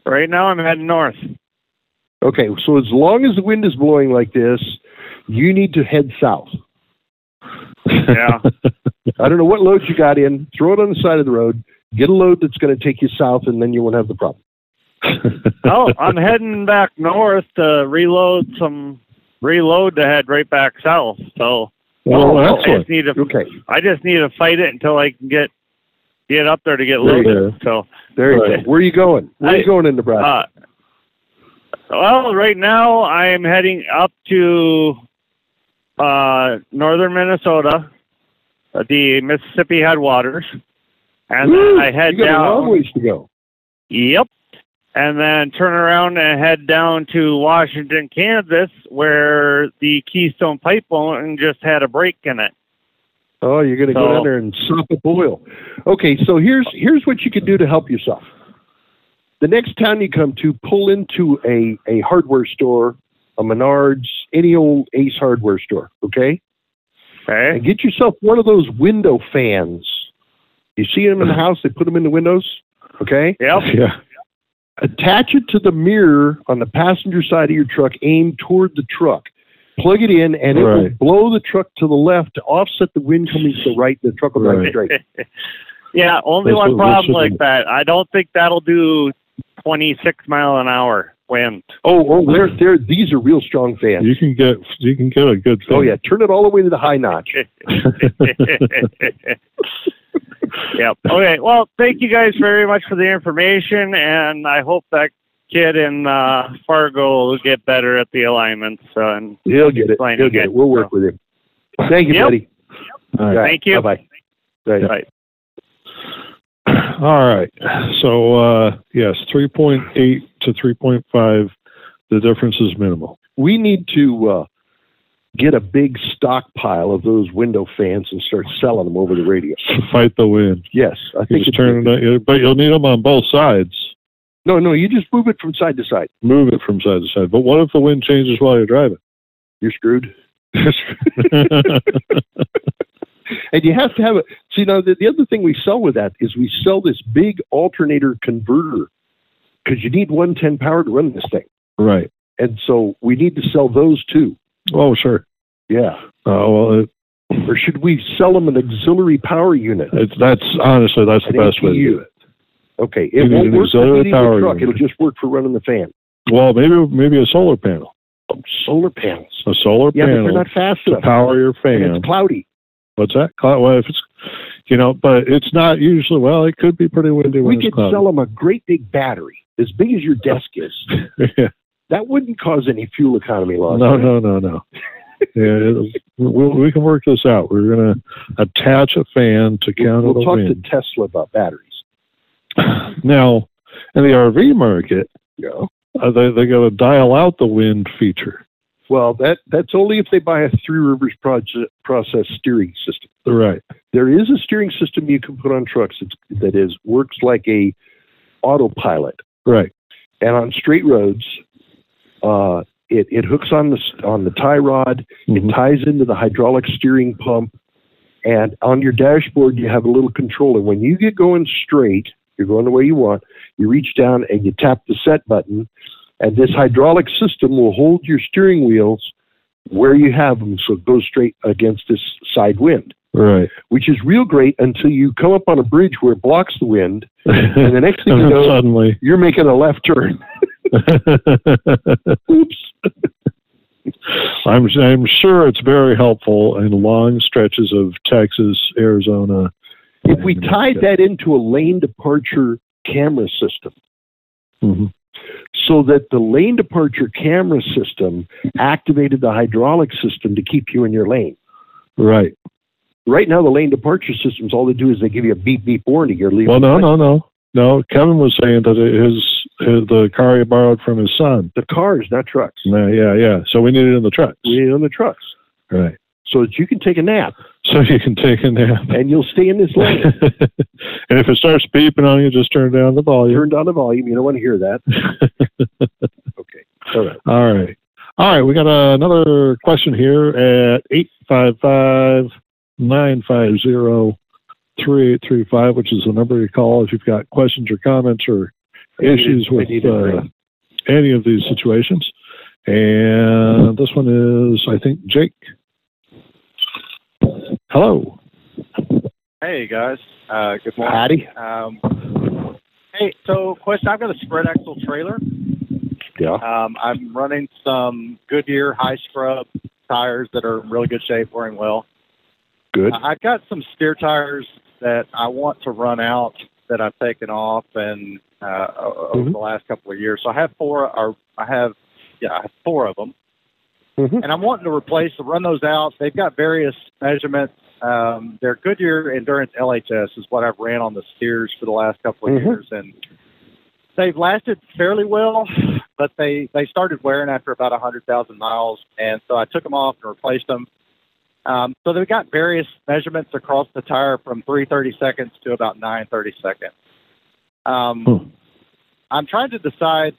Speaker 4: Right now, I'm heading north.
Speaker 1: Okay, so as long as the wind is blowing like this, you need to head south.
Speaker 2: (laughs)
Speaker 4: Yeah.
Speaker 1: I don't know what load you got in. Throw it on the side of the road. Get a load that's going to take you south, and then you won't have the problem. (laughs)
Speaker 4: oh, I'm heading back north to reload some reload to head right back south. So
Speaker 2: Well,
Speaker 1: Oh, oh,
Speaker 4: I
Speaker 2: excellent.
Speaker 4: just need to
Speaker 1: Okay,
Speaker 4: I just need to fight it until I can get get up there to
Speaker 1: oh,
Speaker 4: get
Speaker 2: There you
Speaker 4: loaded. So
Speaker 1: there you
Speaker 2: Right.
Speaker 1: go. Where are you going? Where are you
Speaker 4: I-
Speaker 1: going in Nebraska?
Speaker 4: uh well, right now I'm heading up to uh northern Minnesota, uh, the Mississippi headwaters. And
Speaker 1: Woo!
Speaker 4: then I head
Speaker 1: you got
Speaker 4: down
Speaker 1: a long ways to go.
Speaker 4: Yep. And then turn around and head down to Washington, Kansas, where the Keystone Pipeline just had a break in it.
Speaker 1: Oh, you're going to
Speaker 4: So-
Speaker 1: go down there and sop up oil. Okay, so here's here's what you can do to help yourself. The next town you come to, pull into a a hardware store, a Menards, any old Ace hardware store. Okay,
Speaker 4: Okay.
Speaker 1: and get yourself one of those window fans. You see them in
Speaker 2: Mm-hmm.
Speaker 1: the house; they put them in the windows. Okay,
Speaker 4: Yep.
Speaker 2: yeah.
Speaker 1: attach it to the mirror on the passenger side of your truck, aim toward the truck, plug it in, and it will
Speaker 2: Right.
Speaker 1: blow the truck to the left to offset the wind coming to the right. The truck will drive
Speaker 2: Right.
Speaker 1: straight.
Speaker 4: yeah, only
Speaker 2: That's what
Speaker 4: one
Speaker 2: we
Speaker 4: problem
Speaker 2: should
Speaker 4: like
Speaker 2: do.
Speaker 4: that. I don't think that'll do 26 mile an hour wind. (laughs)
Speaker 1: Oh, oh, they're, they're, these are real strong fans.
Speaker 2: You can get you can get a good.
Speaker 1: Oh yeah, turn it all the way to the high notch.
Speaker 4: yep. Okay. Well, thank you guys very much for the information, and I hope that kid in uh, Fargo will get better at the alignments. uh, And
Speaker 1: He'll get it.
Speaker 4: Explain
Speaker 1: He'll
Speaker 4: again.
Speaker 1: get it. We'll work with him. Thank you,
Speaker 4: Yep.
Speaker 1: buddy.
Speaker 2: All right.
Speaker 4: Thank you.
Speaker 1: Bye bye.
Speaker 4: Right.
Speaker 2: All (laughs) All right. So uh, yes, 3.8 to 3.5, the difference is minimal.
Speaker 1: We need to uh, get a big stockpile of those window fans and start selling them over the radio.
Speaker 2: Fight the wind.
Speaker 1: Yes, I
Speaker 2: You
Speaker 1: think
Speaker 2: just
Speaker 1: it's
Speaker 2: turn it, on- but you'll need them on both sides.
Speaker 1: no, no. You just move it from side to side.
Speaker 2: Move it from side to side. But what if the wind changes while
Speaker 1: (laughs)
Speaker 2: you're driving?
Speaker 1: You're screwed. And you have to have it. See, now the, the other thing we sell with that is we sell this big alternator converter because you need 110 power to run this thing.
Speaker 2: right.
Speaker 1: And so we need to sell those too.
Speaker 2: Oh, sure.
Speaker 1: Yeah.
Speaker 2: Uh, well, it,
Speaker 1: Or should we sell them an auxiliary power unit?
Speaker 2: it's that's honestly that's the
Speaker 1: An
Speaker 2: best way to do
Speaker 1: APU.
Speaker 2: it.
Speaker 1: Okay.
Speaker 2: You
Speaker 1: It
Speaker 2: need
Speaker 1: won't work
Speaker 2: an
Speaker 1: for
Speaker 2: auxiliary
Speaker 1: heating
Speaker 2: power
Speaker 1: the truck.
Speaker 2: unit.
Speaker 1: It'll just work for running the fan.
Speaker 2: Well, maybe maybe a solar panel,
Speaker 1: Solar panels.
Speaker 2: a solar
Speaker 1: Yeah, but
Speaker 2: panel
Speaker 1: they're not fast
Speaker 2: to
Speaker 1: enough.
Speaker 2: power your fan.
Speaker 1: And it's cloudy.
Speaker 2: What's that? Cloud, well, if it's, you know, but it's not usually. Well, it could be pretty windy when
Speaker 1: We
Speaker 2: it's
Speaker 1: could
Speaker 2: cloudy.
Speaker 1: sell them a great big battery, as big as your desk
Speaker 2: (laughs)
Speaker 1: is.
Speaker 2: yeah.
Speaker 1: That wouldn't cause any fuel economy loss.
Speaker 2: No, no, no, no. yeah, it- we, we can work this out. We're gonna attach a fan to counter
Speaker 1: We'll
Speaker 2: the
Speaker 1: talk
Speaker 2: wind.
Speaker 1: to Tesla about batteries.
Speaker 2: now, in the RV market,
Speaker 1: Yeah.
Speaker 2: uh, they they got to dial out the wind feature.
Speaker 1: Well, that that's only if they buy a Three Rivers project, process steering system.
Speaker 2: Right.
Speaker 1: There is a steering system you can put on trucks that's, that is works like a autopilot,
Speaker 2: Right.
Speaker 1: and on straight roads, uh, it it hooks on the s- on the tie rod,
Speaker 2: Mhm.
Speaker 1: it ties into the hydraulic steering pump, and on your dashboard you have a little controller. When you get going straight, you're going the way you want. You reach down and you tap the set button, and this hydraulic system will hold your steering wheels where you have them, so it goes straight against this side wind,
Speaker 2: Right.
Speaker 1: which is real great until you come up on a bridge where it blocks the wind, and
Speaker 2: (laughs) and
Speaker 1: the next thing you
Speaker 2: then
Speaker 1: know,
Speaker 2: suddenly,
Speaker 1: you're making a left turn. (laughs)
Speaker 2: (laughs)
Speaker 1: Oops.
Speaker 2: I'm I'm sure it's very helpful in long stretches of Texas, Arizona.
Speaker 1: If we tied that into a lane departure camera system
Speaker 2: hmm
Speaker 1: so that the lane departure camera system activated the hydraulic system to keep you in your lane.
Speaker 2: Right.
Speaker 1: Right now, the lane departure systems, all they do is they give you a beep beep warning. You're leaving.
Speaker 2: Well, no,
Speaker 1: the-
Speaker 2: no, no, no. Kevin was saying that his, his the car he borrowed from his son.
Speaker 1: The cars, not trucks.
Speaker 2: Yeah, yeah, yeah. So we need it in the trucks.
Speaker 1: We on the trucks.
Speaker 2: Right.
Speaker 1: So that you can take a nap
Speaker 2: So you can take a nap.
Speaker 1: and you'll stay in this
Speaker 2: (laughs)
Speaker 1: lane.
Speaker 2: and if it starts beeping on you, just turn down the volume.
Speaker 1: Turn down the volume. You don't want to hear that. Okay. All right.
Speaker 2: All right. All right. We got uh, another question here at 855 950 3835, which is the number you call if you've got questions or comments or issues
Speaker 1: I
Speaker 2: with
Speaker 1: need a
Speaker 2: uh,
Speaker 1: drink.
Speaker 2: any of these situations. And this one is, I think, Jake. Hello.
Speaker 6: Hey guys, uh, good morning.
Speaker 1: Patty?
Speaker 6: Um, hey, so question: I've got a spread axle trailer.
Speaker 1: Yeah.
Speaker 6: Um, I'm running some Goodyear high scrub tires that are in really good shape, running well.
Speaker 1: Good.
Speaker 6: I- I've got some steer tires that I want to run out that I've taken off and uh, o- over
Speaker 1: Mhm.
Speaker 6: the last couple of years. So I have four, or I have, yeah, I have four of them,
Speaker 1: Mhm.
Speaker 6: and I'm wanting to replace to run those out. They've got various measurements. Um, their Goodyear Endurance LHS is what I've ran on the steers for the last couple of
Speaker 1: Mhm.
Speaker 6: years, and they've lasted fairly well, but they they started wearing after about a hundred thousand miles, and so I took them off and replaced them. Um, so they've got various measurements across the tire from 330 seconds to about 930 seconds. Um,
Speaker 2: Hmm.
Speaker 6: I'm trying to decide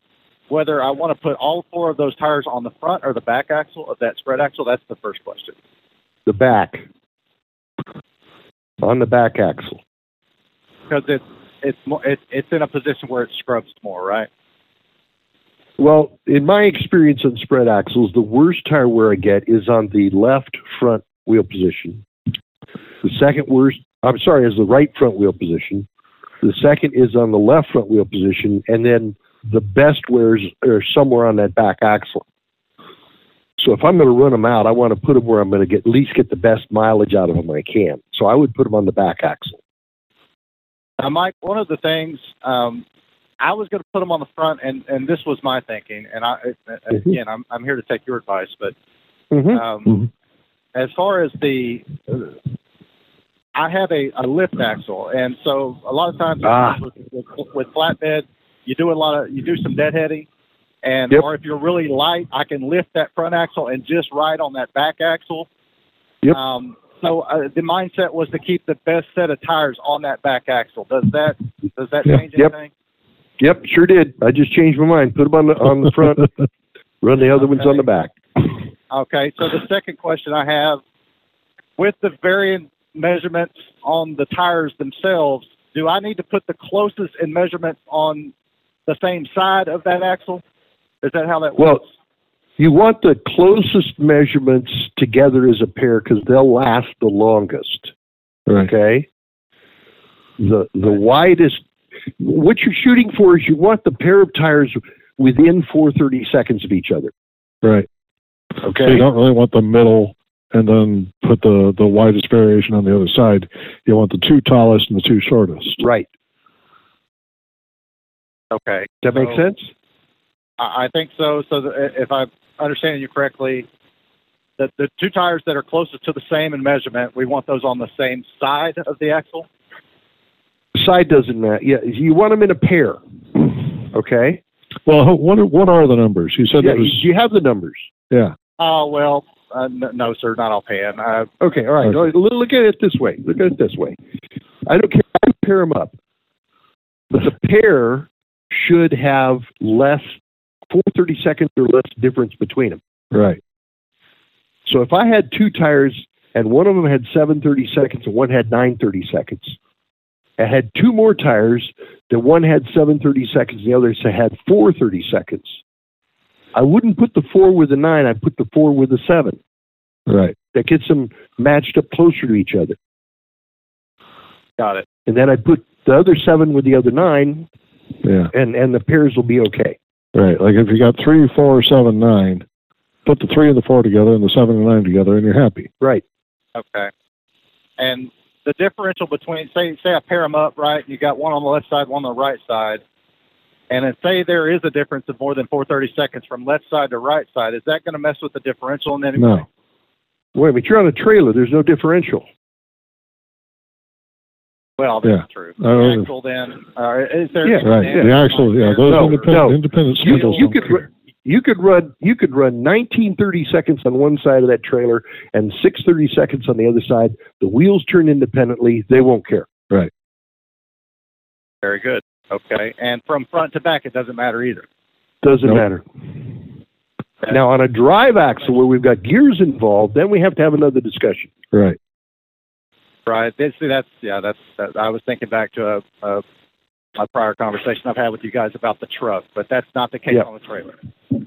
Speaker 6: whether I want to put all four of those tires on the front or the back axle of that spread axle. That's the first question.
Speaker 1: The back. On the back axle.
Speaker 6: Because it's, it's, more, it, it's in a position where it scrubs more, right?
Speaker 1: Well, in my experience on spread axles, the worst tire wear I get is on the left front wheel position. The second worst, I'm sorry, is the right front wheel position. The second is on the left front wheel position, and then the best wears are somewhere on that back axle. So if I'm going to run them out, I want to put them where I'm going to get at least get the best mileage out of them I can. So I would put them on the back axle.
Speaker 6: Now, Uh, Mike, one of the things um, I was going to put them on the front, and, and this was my thinking. And I, and
Speaker 1: Mhm.
Speaker 6: again, I'm, I'm here to take your advice, but
Speaker 1: Mm-hmm.
Speaker 6: Um,
Speaker 2: Mhm.
Speaker 6: As far as the I have a, a lift axle, and so a lot of times
Speaker 1: Ah.
Speaker 6: with, with, with flatbed, you do a lot of you do some deadheading, and
Speaker 1: Yep.
Speaker 6: or if you're really light, I can lift that front axle and just ride on that back axle.
Speaker 1: Yep.
Speaker 6: Um, so uh, the mindset was to keep the best set of tires on that back axle. Does that does that
Speaker 1: Yeah.
Speaker 6: change
Speaker 1: Yep.
Speaker 6: anything?
Speaker 1: Yep, sure did. I just changed my mind. Put them on the on the front. run the other ones on the back.
Speaker 6: Okay, so the second question I have with the varying measurements on the tires themselves, do I need to put the closest in measurements on the same side of that axle? Is that how that
Speaker 1: Well,
Speaker 6: works?
Speaker 1: You want the closest measurements together as a pair because they'll last the longest.
Speaker 2: Right.
Speaker 1: Okay. The the widest. What you're shooting for is you want the pair of tires within 430 seconds of each other.
Speaker 2: Right. So you
Speaker 1: Okay.
Speaker 2: don't really want the middle and then put the, the widest variation on the other side. You want the two tallest and the two shortest.
Speaker 1: Right.
Speaker 6: okay,
Speaker 1: Does that make
Speaker 2: Oh.
Speaker 6: So-
Speaker 1: sense?
Speaker 6: I, I think so. So the, if I'm understanding you correctly, that the two tires that are closest to the same in measurement, we want those on the same side of the axle.
Speaker 1: Side doesn't matter. Yeah, you want them in a pair. Okay.
Speaker 2: Well, ho- what are, what are the numbers? You said
Speaker 1: Yeah,
Speaker 2: it
Speaker 1: you,
Speaker 2: was
Speaker 1: you have the numbers.
Speaker 2: yeah.
Speaker 6: Oh well, uh, no, no, sir, not offhand. I,
Speaker 1: Okay, all right.
Speaker 2: Okay.
Speaker 1: All right, Look look at it this way. Look at it this way. I don't care. I can pair them up. But the pair should have less, 430 seconds or less difference between them.
Speaker 2: Right.
Speaker 1: So if I had two tires and one of them had 730 seconds and one had 930 seconds, I had two more tires, the one had 730 seconds, the other had 430 seconds. I wouldn't put the four with the nine, I'd put the four with the seven.
Speaker 2: Right.
Speaker 1: That gets them matched up closer to each other.
Speaker 6: got it.
Speaker 1: and then I put the other seven with the other nine,
Speaker 2: Yeah.
Speaker 1: and and the pairs will be okay.
Speaker 2: Right. Like if you got three, four, seven, nine, put the three and the four together and the seven and nine together, and you're happy.
Speaker 1: Right.
Speaker 6: Okay. And the differential between say say I pair them up right, you got one on the left side, one on the right side, and then say there is a difference of more than 430 seconds from left side to right side. Is that going to mess with the differential in any way?
Speaker 2: No.
Speaker 1: Wait a minute, you're on a trailer. There's no differential.
Speaker 6: Well, that's
Speaker 2: Yeah.
Speaker 6: true.
Speaker 2: I don't-
Speaker 6: The axle then, uh, is there?
Speaker 1: Yeah,
Speaker 2: Right.
Speaker 1: Yeah.
Speaker 2: The axle. Yeah. Those
Speaker 1: No,
Speaker 2: independent
Speaker 1: no.
Speaker 2: independent
Speaker 1: You,
Speaker 2: spindles
Speaker 1: you
Speaker 2: don't
Speaker 1: could
Speaker 2: care.
Speaker 1: run, you could run you could run 1930 seconds on one side of that trailer and 630 seconds on the other side. The wheels turn independently. They won't care.
Speaker 6: Very good. Okay. And from front to back, it doesn't matter either.
Speaker 1: Doesn't
Speaker 2: Nope.
Speaker 1: matter. Now on a drive axle where we've got gears involved, then we have to have another discussion.
Speaker 2: Right.
Speaker 6: Right. That's, see, that's yeah. That's that, I was thinking back to a, a a prior conversation I've had with you guys about the truck, but that's not the case
Speaker 1: Yeah.
Speaker 6: on the trailer.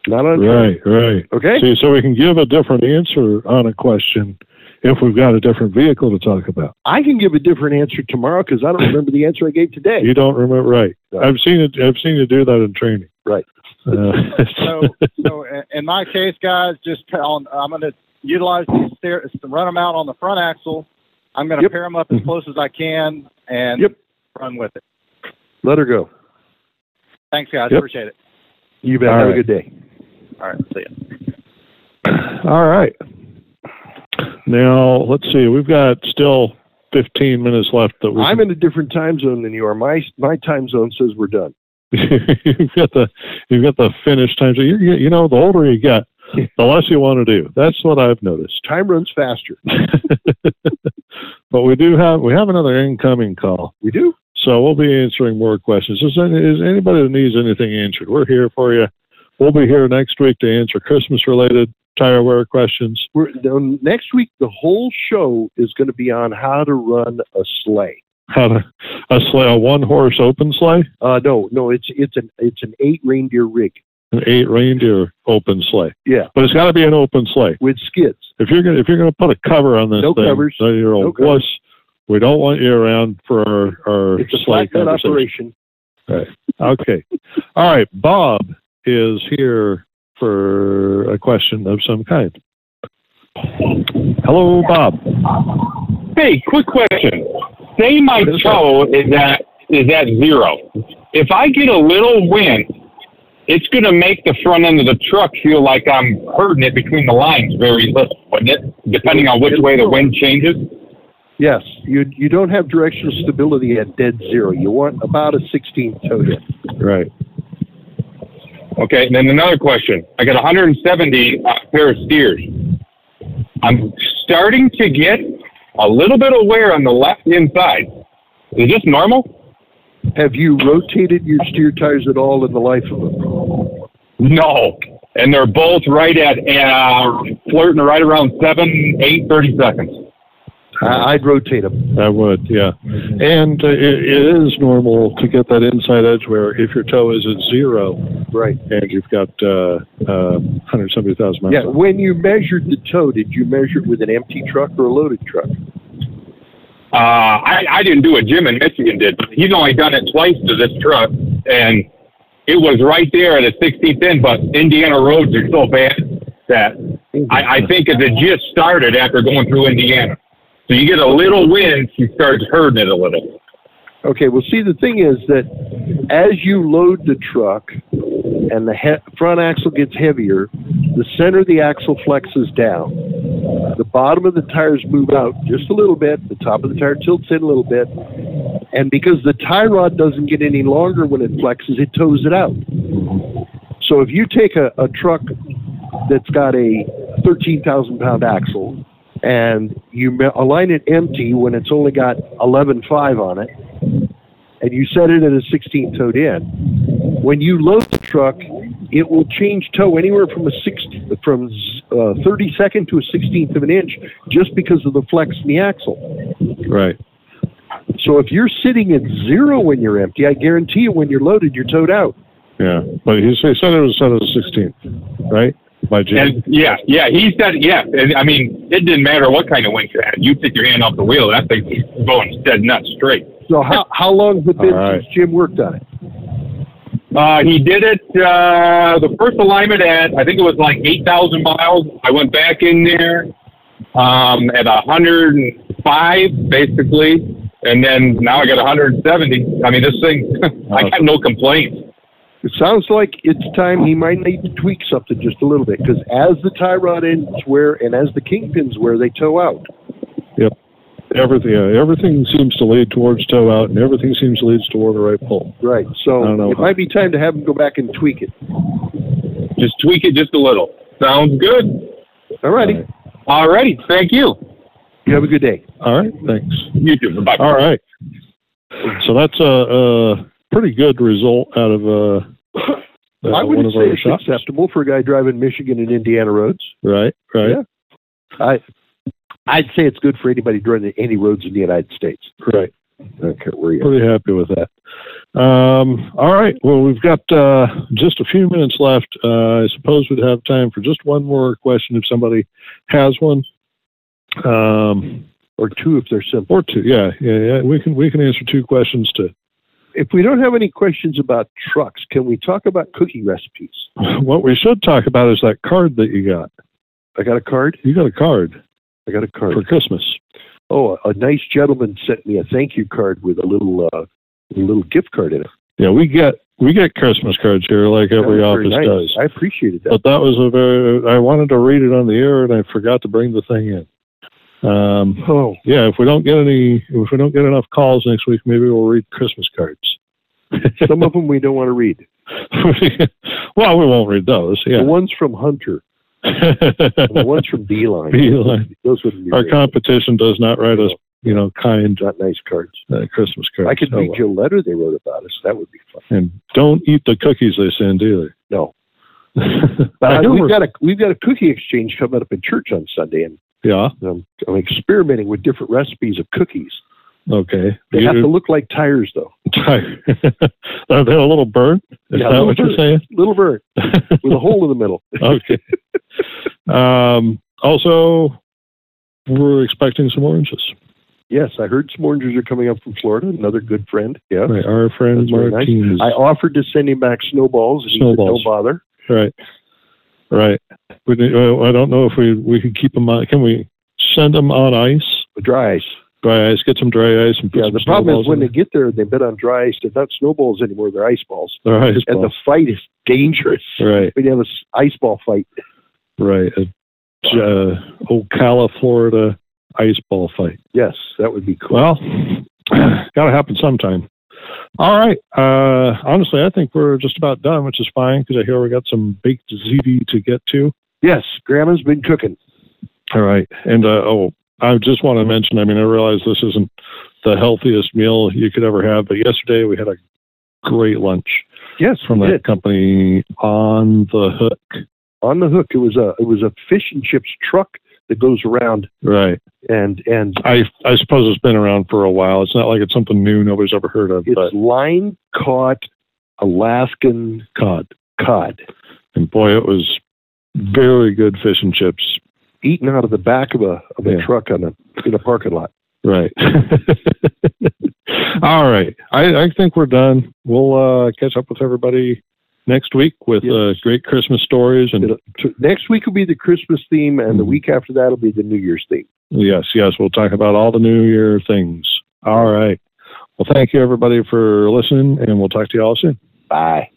Speaker 1: Not on a trailer.
Speaker 2: Right. Right.
Speaker 1: Okay.
Speaker 2: See, so we can give a different answer on a question if we've got a different vehicle to talk about.
Speaker 1: I can give a different answer tomorrow because I don't remember the answer I gave today.
Speaker 2: You don't remember, right?
Speaker 1: No.
Speaker 2: I've seen it. I've seen you do that in training.
Speaker 1: Right.
Speaker 2: Uh,
Speaker 6: So, so in- in my case, guys, just on, I'm going to utilize these stairs, run them out on the front axle. I'm going to
Speaker 1: Yep. Mm-hmm.
Speaker 6: 'em pair them up as close as I can and
Speaker 1: Yep.
Speaker 6: run with it.
Speaker 1: Let her go.
Speaker 6: Thanks, guys.
Speaker 2: Yep.
Speaker 6: Appreciate it.
Speaker 1: You bet.
Speaker 2: All
Speaker 1: have
Speaker 2: right.
Speaker 1: a good day.
Speaker 6: All right. See ya.
Speaker 1: (clears throat)
Speaker 2: all right. (laughs) Now let's see. We've got still 15 minutes left. That we
Speaker 1: I'm
Speaker 2: can-
Speaker 1: in a different time zone than you are. My my time zone says we're done.
Speaker 2: (laughs) you've got the you've got the finish time. So you, you you know the older you get, the less you want to do. That's what I've noticed.
Speaker 1: Time runs faster.
Speaker 2: (laughs) but we do have we have another incoming call.
Speaker 1: We do.
Speaker 2: So we'll be answering more questions. Is, any, is anybody that needs anything answered? We're here for you. We'll be here next week to answer Christmas related tire wear questions.
Speaker 1: We're the, next week. The whole show is going to be on how to run a sleigh.
Speaker 2: How to a sleigh, a one horse open sleigh,
Speaker 1: Uh, no, no, it's it's an it's an eight reindeer rig
Speaker 2: an eight reindeer open sleigh.
Speaker 1: Yeah.
Speaker 2: but it's got to be an open sleigh.
Speaker 1: with skids.
Speaker 2: If you're gonna if you're gonna put a cover on this
Speaker 1: No
Speaker 2: thing,
Speaker 1: covers.
Speaker 2: then you're a
Speaker 1: No covers.
Speaker 2: wuss. We don't want you around for our, our
Speaker 1: It's a
Speaker 2: sleigh
Speaker 1: flatbed
Speaker 2: conversation.
Speaker 1: operation.
Speaker 2: Okay, all right. Bob is here for a question of some kind. Hello, Bob.
Speaker 7: Hey, quick question. Say my
Speaker 2: Yes, sir.
Speaker 7: toe is at is at zero. If I get a little wind, it's gonna make the front end of the truck feel like I'm hurting it between the lines very little, wouldn't it? Depending on which way the wind changes.
Speaker 1: Yes, you you don't have directional stability at dead zero. You want about a 16 toe hip.
Speaker 2: Right.
Speaker 3: Okay, and then another question. I got 170 uh, pair of steers. I'm starting to get a little bit of wear on the left inside. Is this normal?
Speaker 1: Have you rotated your steer tires at all in the life of them?
Speaker 3: No. And they're both right at uh, flirting right around seven, eight, thirty seconds.
Speaker 1: I- I'd rotate them.
Speaker 2: I would, yeah. And uh, it, it is normal to get that inside edge where if your toe is at zero
Speaker 1: Right.
Speaker 2: and you've got uh, uh, 170,000 miles.
Speaker 1: Yeah.
Speaker 2: on it.
Speaker 1: When you measured the toe, did you measure it with an empty truck or a loaded truck?
Speaker 3: Uh, I, I didn't do it. Jim in Michigan did, but he's only done it twice to this truck, and it was right there at a 16th in. But Indiana roads are so bad that I, I think if it just started after going through Indiana, so you get a little wind, you start hurting it a little.
Speaker 1: Okay, well, see, the thing is that as you load the truck and the he- front axle gets heavier, the center of the axle flexes down. The bottom of the tires move out just a little bit, the top of the tire tilts in a little bit, and because the tie rod doesn't get any longer when it flexes, it toes it out. So if you take a, a truck that's got a 13,000 pound axle and you me- align it empty when it's only got 11.5 on it, and you set it at a 16 toed in, when you load the truck, it will change toe anywhere from a six from z- uh, 32nd to a 16th of an inch just because of the flex in the axle.
Speaker 2: Right.
Speaker 1: So if you're sitting at zero when you're empty, I guarantee you when you're loaded, you're towed out.
Speaker 2: Yeah. But he said he said it was set as 16th, right? By Jim.
Speaker 3: And yeah, yeah, he said yeah. And I mean, it didn't matter what kind of wind you had. You took your hand off the wheel, that thing was going dead nuts straight.
Speaker 1: So how how long has it been
Speaker 2: All right.
Speaker 1: since Jim worked on it?
Speaker 3: Uh, he did it uh, the first alignment at I think it was like eight thousand miles. I went back in there um, at hundred and five basically, and then now I got hundred and seventy. I mean, this thing, (laughs) I got no complaints.
Speaker 1: It sounds like it's time he might need to tweak something just a little bit because as the tie rod ends wear and as the kingpins wear, they tow out.
Speaker 2: Everything, yeah, everything seems to lead towards toe out and everything seems to lead toward a right pole.
Speaker 1: Right.
Speaker 2: I don't know.
Speaker 1: So it might be time to have him go back and tweak it.
Speaker 3: Just tweak it just a little. Sounds good.
Speaker 1: All righty.
Speaker 2: All
Speaker 3: Alrighty, thank you.
Speaker 1: You have a good day.
Speaker 2: All right. Thanks.
Speaker 3: You too. Bye.
Speaker 2: All right. So that's a, a pretty good result out of uh, uh,
Speaker 1: I
Speaker 2: one
Speaker 1: wouldn't
Speaker 2: of
Speaker 1: say
Speaker 2: our
Speaker 1: it's
Speaker 2: shops.
Speaker 1: acceptable for a guy driving Michigan and Indiana roads.
Speaker 2: Right, right,
Speaker 1: Yeah. I, I'd say it's good for anybody driving any roads in the United States.
Speaker 2: right.
Speaker 1: I don't care where you
Speaker 2: Pretty happy with that. Um, all right. Well, we've got uh, just a few minutes left. Uh, I suppose we'd have time for just one more question if somebody has one. Um,
Speaker 1: or two if they're simple.
Speaker 2: or two, yeah, yeah, yeah. We can we can answer two questions too.
Speaker 1: If we don't have any questions about trucks, can we talk about cookie recipes?
Speaker 2: (laughs) What we should talk about is that card that you got.
Speaker 1: I got a card.
Speaker 2: You got a card
Speaker 1: I got a
Speaker 2: for
Speaker 1: card.
Speaker 2: Christmas.
Speaker 1: Oh, a nice gentleman sent me a thank you card with a little uh, a little gift card in it.
Speaker 2: Yeah, we get we get Christmas cards here, like
Speaker 1: That was
Speaker 2: every
Speaker 1: very
Speaker 2: office
Speaker 1: nice.
Speaker 2: does.
Speaker 1: I appreciated that.
Speaker 2: But that was a very. I wanted to read it on the air, and I forgot to bring the thing in. Um,
Speaker 1: Oh,
Speaker 2: yeah, if we don't get any, if we don't get enough calls next week, maybe we'll read Christmas cards. (laughs)
Speaker 1: some of them we don't want to read.
Speaker 2: well, we won't read those.
Speaker 1: The
Speaker 2: Yeah,
Speaker 1: one's from Hunter. and the
Speaker 2: (laughs)
Speaker 1: one's from Beeline.
Speaker 2: Beeline.
Speaker 1: Those wouldn't be
Speaker 2: our
Speaker 1: very-
Speaker 2: competition does not write us, you know, kind
Speaker 1: not nice cards.
Speaker 2: uh, Christmas cards.
Speaker 1: I could
Speaker 2: Oh,
Speaker 1: read
Speaker 2: well.
Speaker 1: you a letter they wrote about us. That would be fun.
Speaker 2: And don't eat the cookies they send either.
Speaker 1: No,
Speaker 2: (laughs)
Speaker 1: but
Speaker 2: I
Speaker 1: I-
Speaker 2: do.
Speaker 1: we've got a we've got a cookie exchange coming up in church on Sunday, and
Speaker 2: yeah.
Speaker 1: um, I'm experimenting with different recipes of cookies.
Speaker 2: Okay.
Speaker 1: They have
Speaker 2: You-
Speaker 1: to look like tires, though.
Speaker 2: (laughs) Tire. Are they a little burnt? Is
Speaker 1: Yeah, a
Speaker 2: that
Speaker 1: little
Speaker 2: what you're saying?
Speaker 1: Little bird with a hole in the middle. (laughs)
Speaker 2: okay. Um, also, we're expecting some oranges.
Speaker 1: Yes, I heard some oranges are coming up from Florida. Another good friend. Yeah.
Speaker 2: Right, our friend
Speaker 1: That's very nice.
Speaker 2: Martinez.
Speaker 1: I offered to send him back snowballs, and he
Speaker 2: Snowballs.
Speaker 1: said, "Don't bother."
Speaker 2: right, right. We, need- well, I don't know if we we could keep them on. Can we send them on ice?
Speaker 1: Dry ice.
Speaker 2: Dry ice. Get some dry ice and put
Speaker 1: Yeah.
Speaker 2: some
Speaker 1: The problem
Speaker 2: snowballs
Speaker 1: is when they
Speaker 2: in
Speaker 1: get there, they've been on dry ice. They're not snowballs anymore. They're ice balls,
Speaker 2: there. They're ice
Speaker 1: and the
Speaker 2: balls.
Speaker 1: fight is dangerous.
Speaker 2: right,
Speaker 1: We'd have an ice ball fight.
Speaker 2: right. Uh, uh, Ocala, Florida ice ball fight.
Speaker 1: Yes, that would be cool.
Speaker 2: Well, (sighs) got to happen sometime. All right. Uh, honestly, I think we're just about done, which is fine because I hear we got some baked ziti to get to.
Speaker 1: Yes, Grandma's been cooking.
Speaker 2: All right. And uh, oh, I just want to mention. I mean, I realize this isn't the healthiest meal you could ever have, but yesterday we had a great lunch
Speaker 1: Yes,
Speaker 2: from
Speaker 1: we
Speaker 2: that
Speaker 1: did.
Speaker 2: company on the hook.
Speaker 1: on the hook. It was a it was a fish and chips truck that goes around
Speaker 2: Right.
Speaker 1: and and
Speaker 2: I I suppose it's been around for a while. It's not like it's something new nobody's ever heard of.
Speaker 1: it's
Speaker 2: but
Speaker 1: line caught Alaskan
Speaker 2: cod,
Speaker 1: cod
Speaker 2: and boy, it was very good fish and chips.
Speaker 1: eaten out of the back of a of a
Speaker 2: Yeah.
Speaker 1: truck on a in a parking lot.
Speaker 2: Right. (laughs) All right. I, I think we're done. We'll uh, catch up with everybody next week with
Speaker 1: Yes.
Speaker 2: uh, great Christmas stories and Mm-hmm.
Speaker 1: It'll- t- next week will be the Christmas theme, and the week after that will be the New Year's theme.
Speaker 2: Yes, yes. We'll talk about all the New Year things. All right. Well, thank you, everybody, for listening, and we'll talk to you all soon.
Speaker 1: Bye.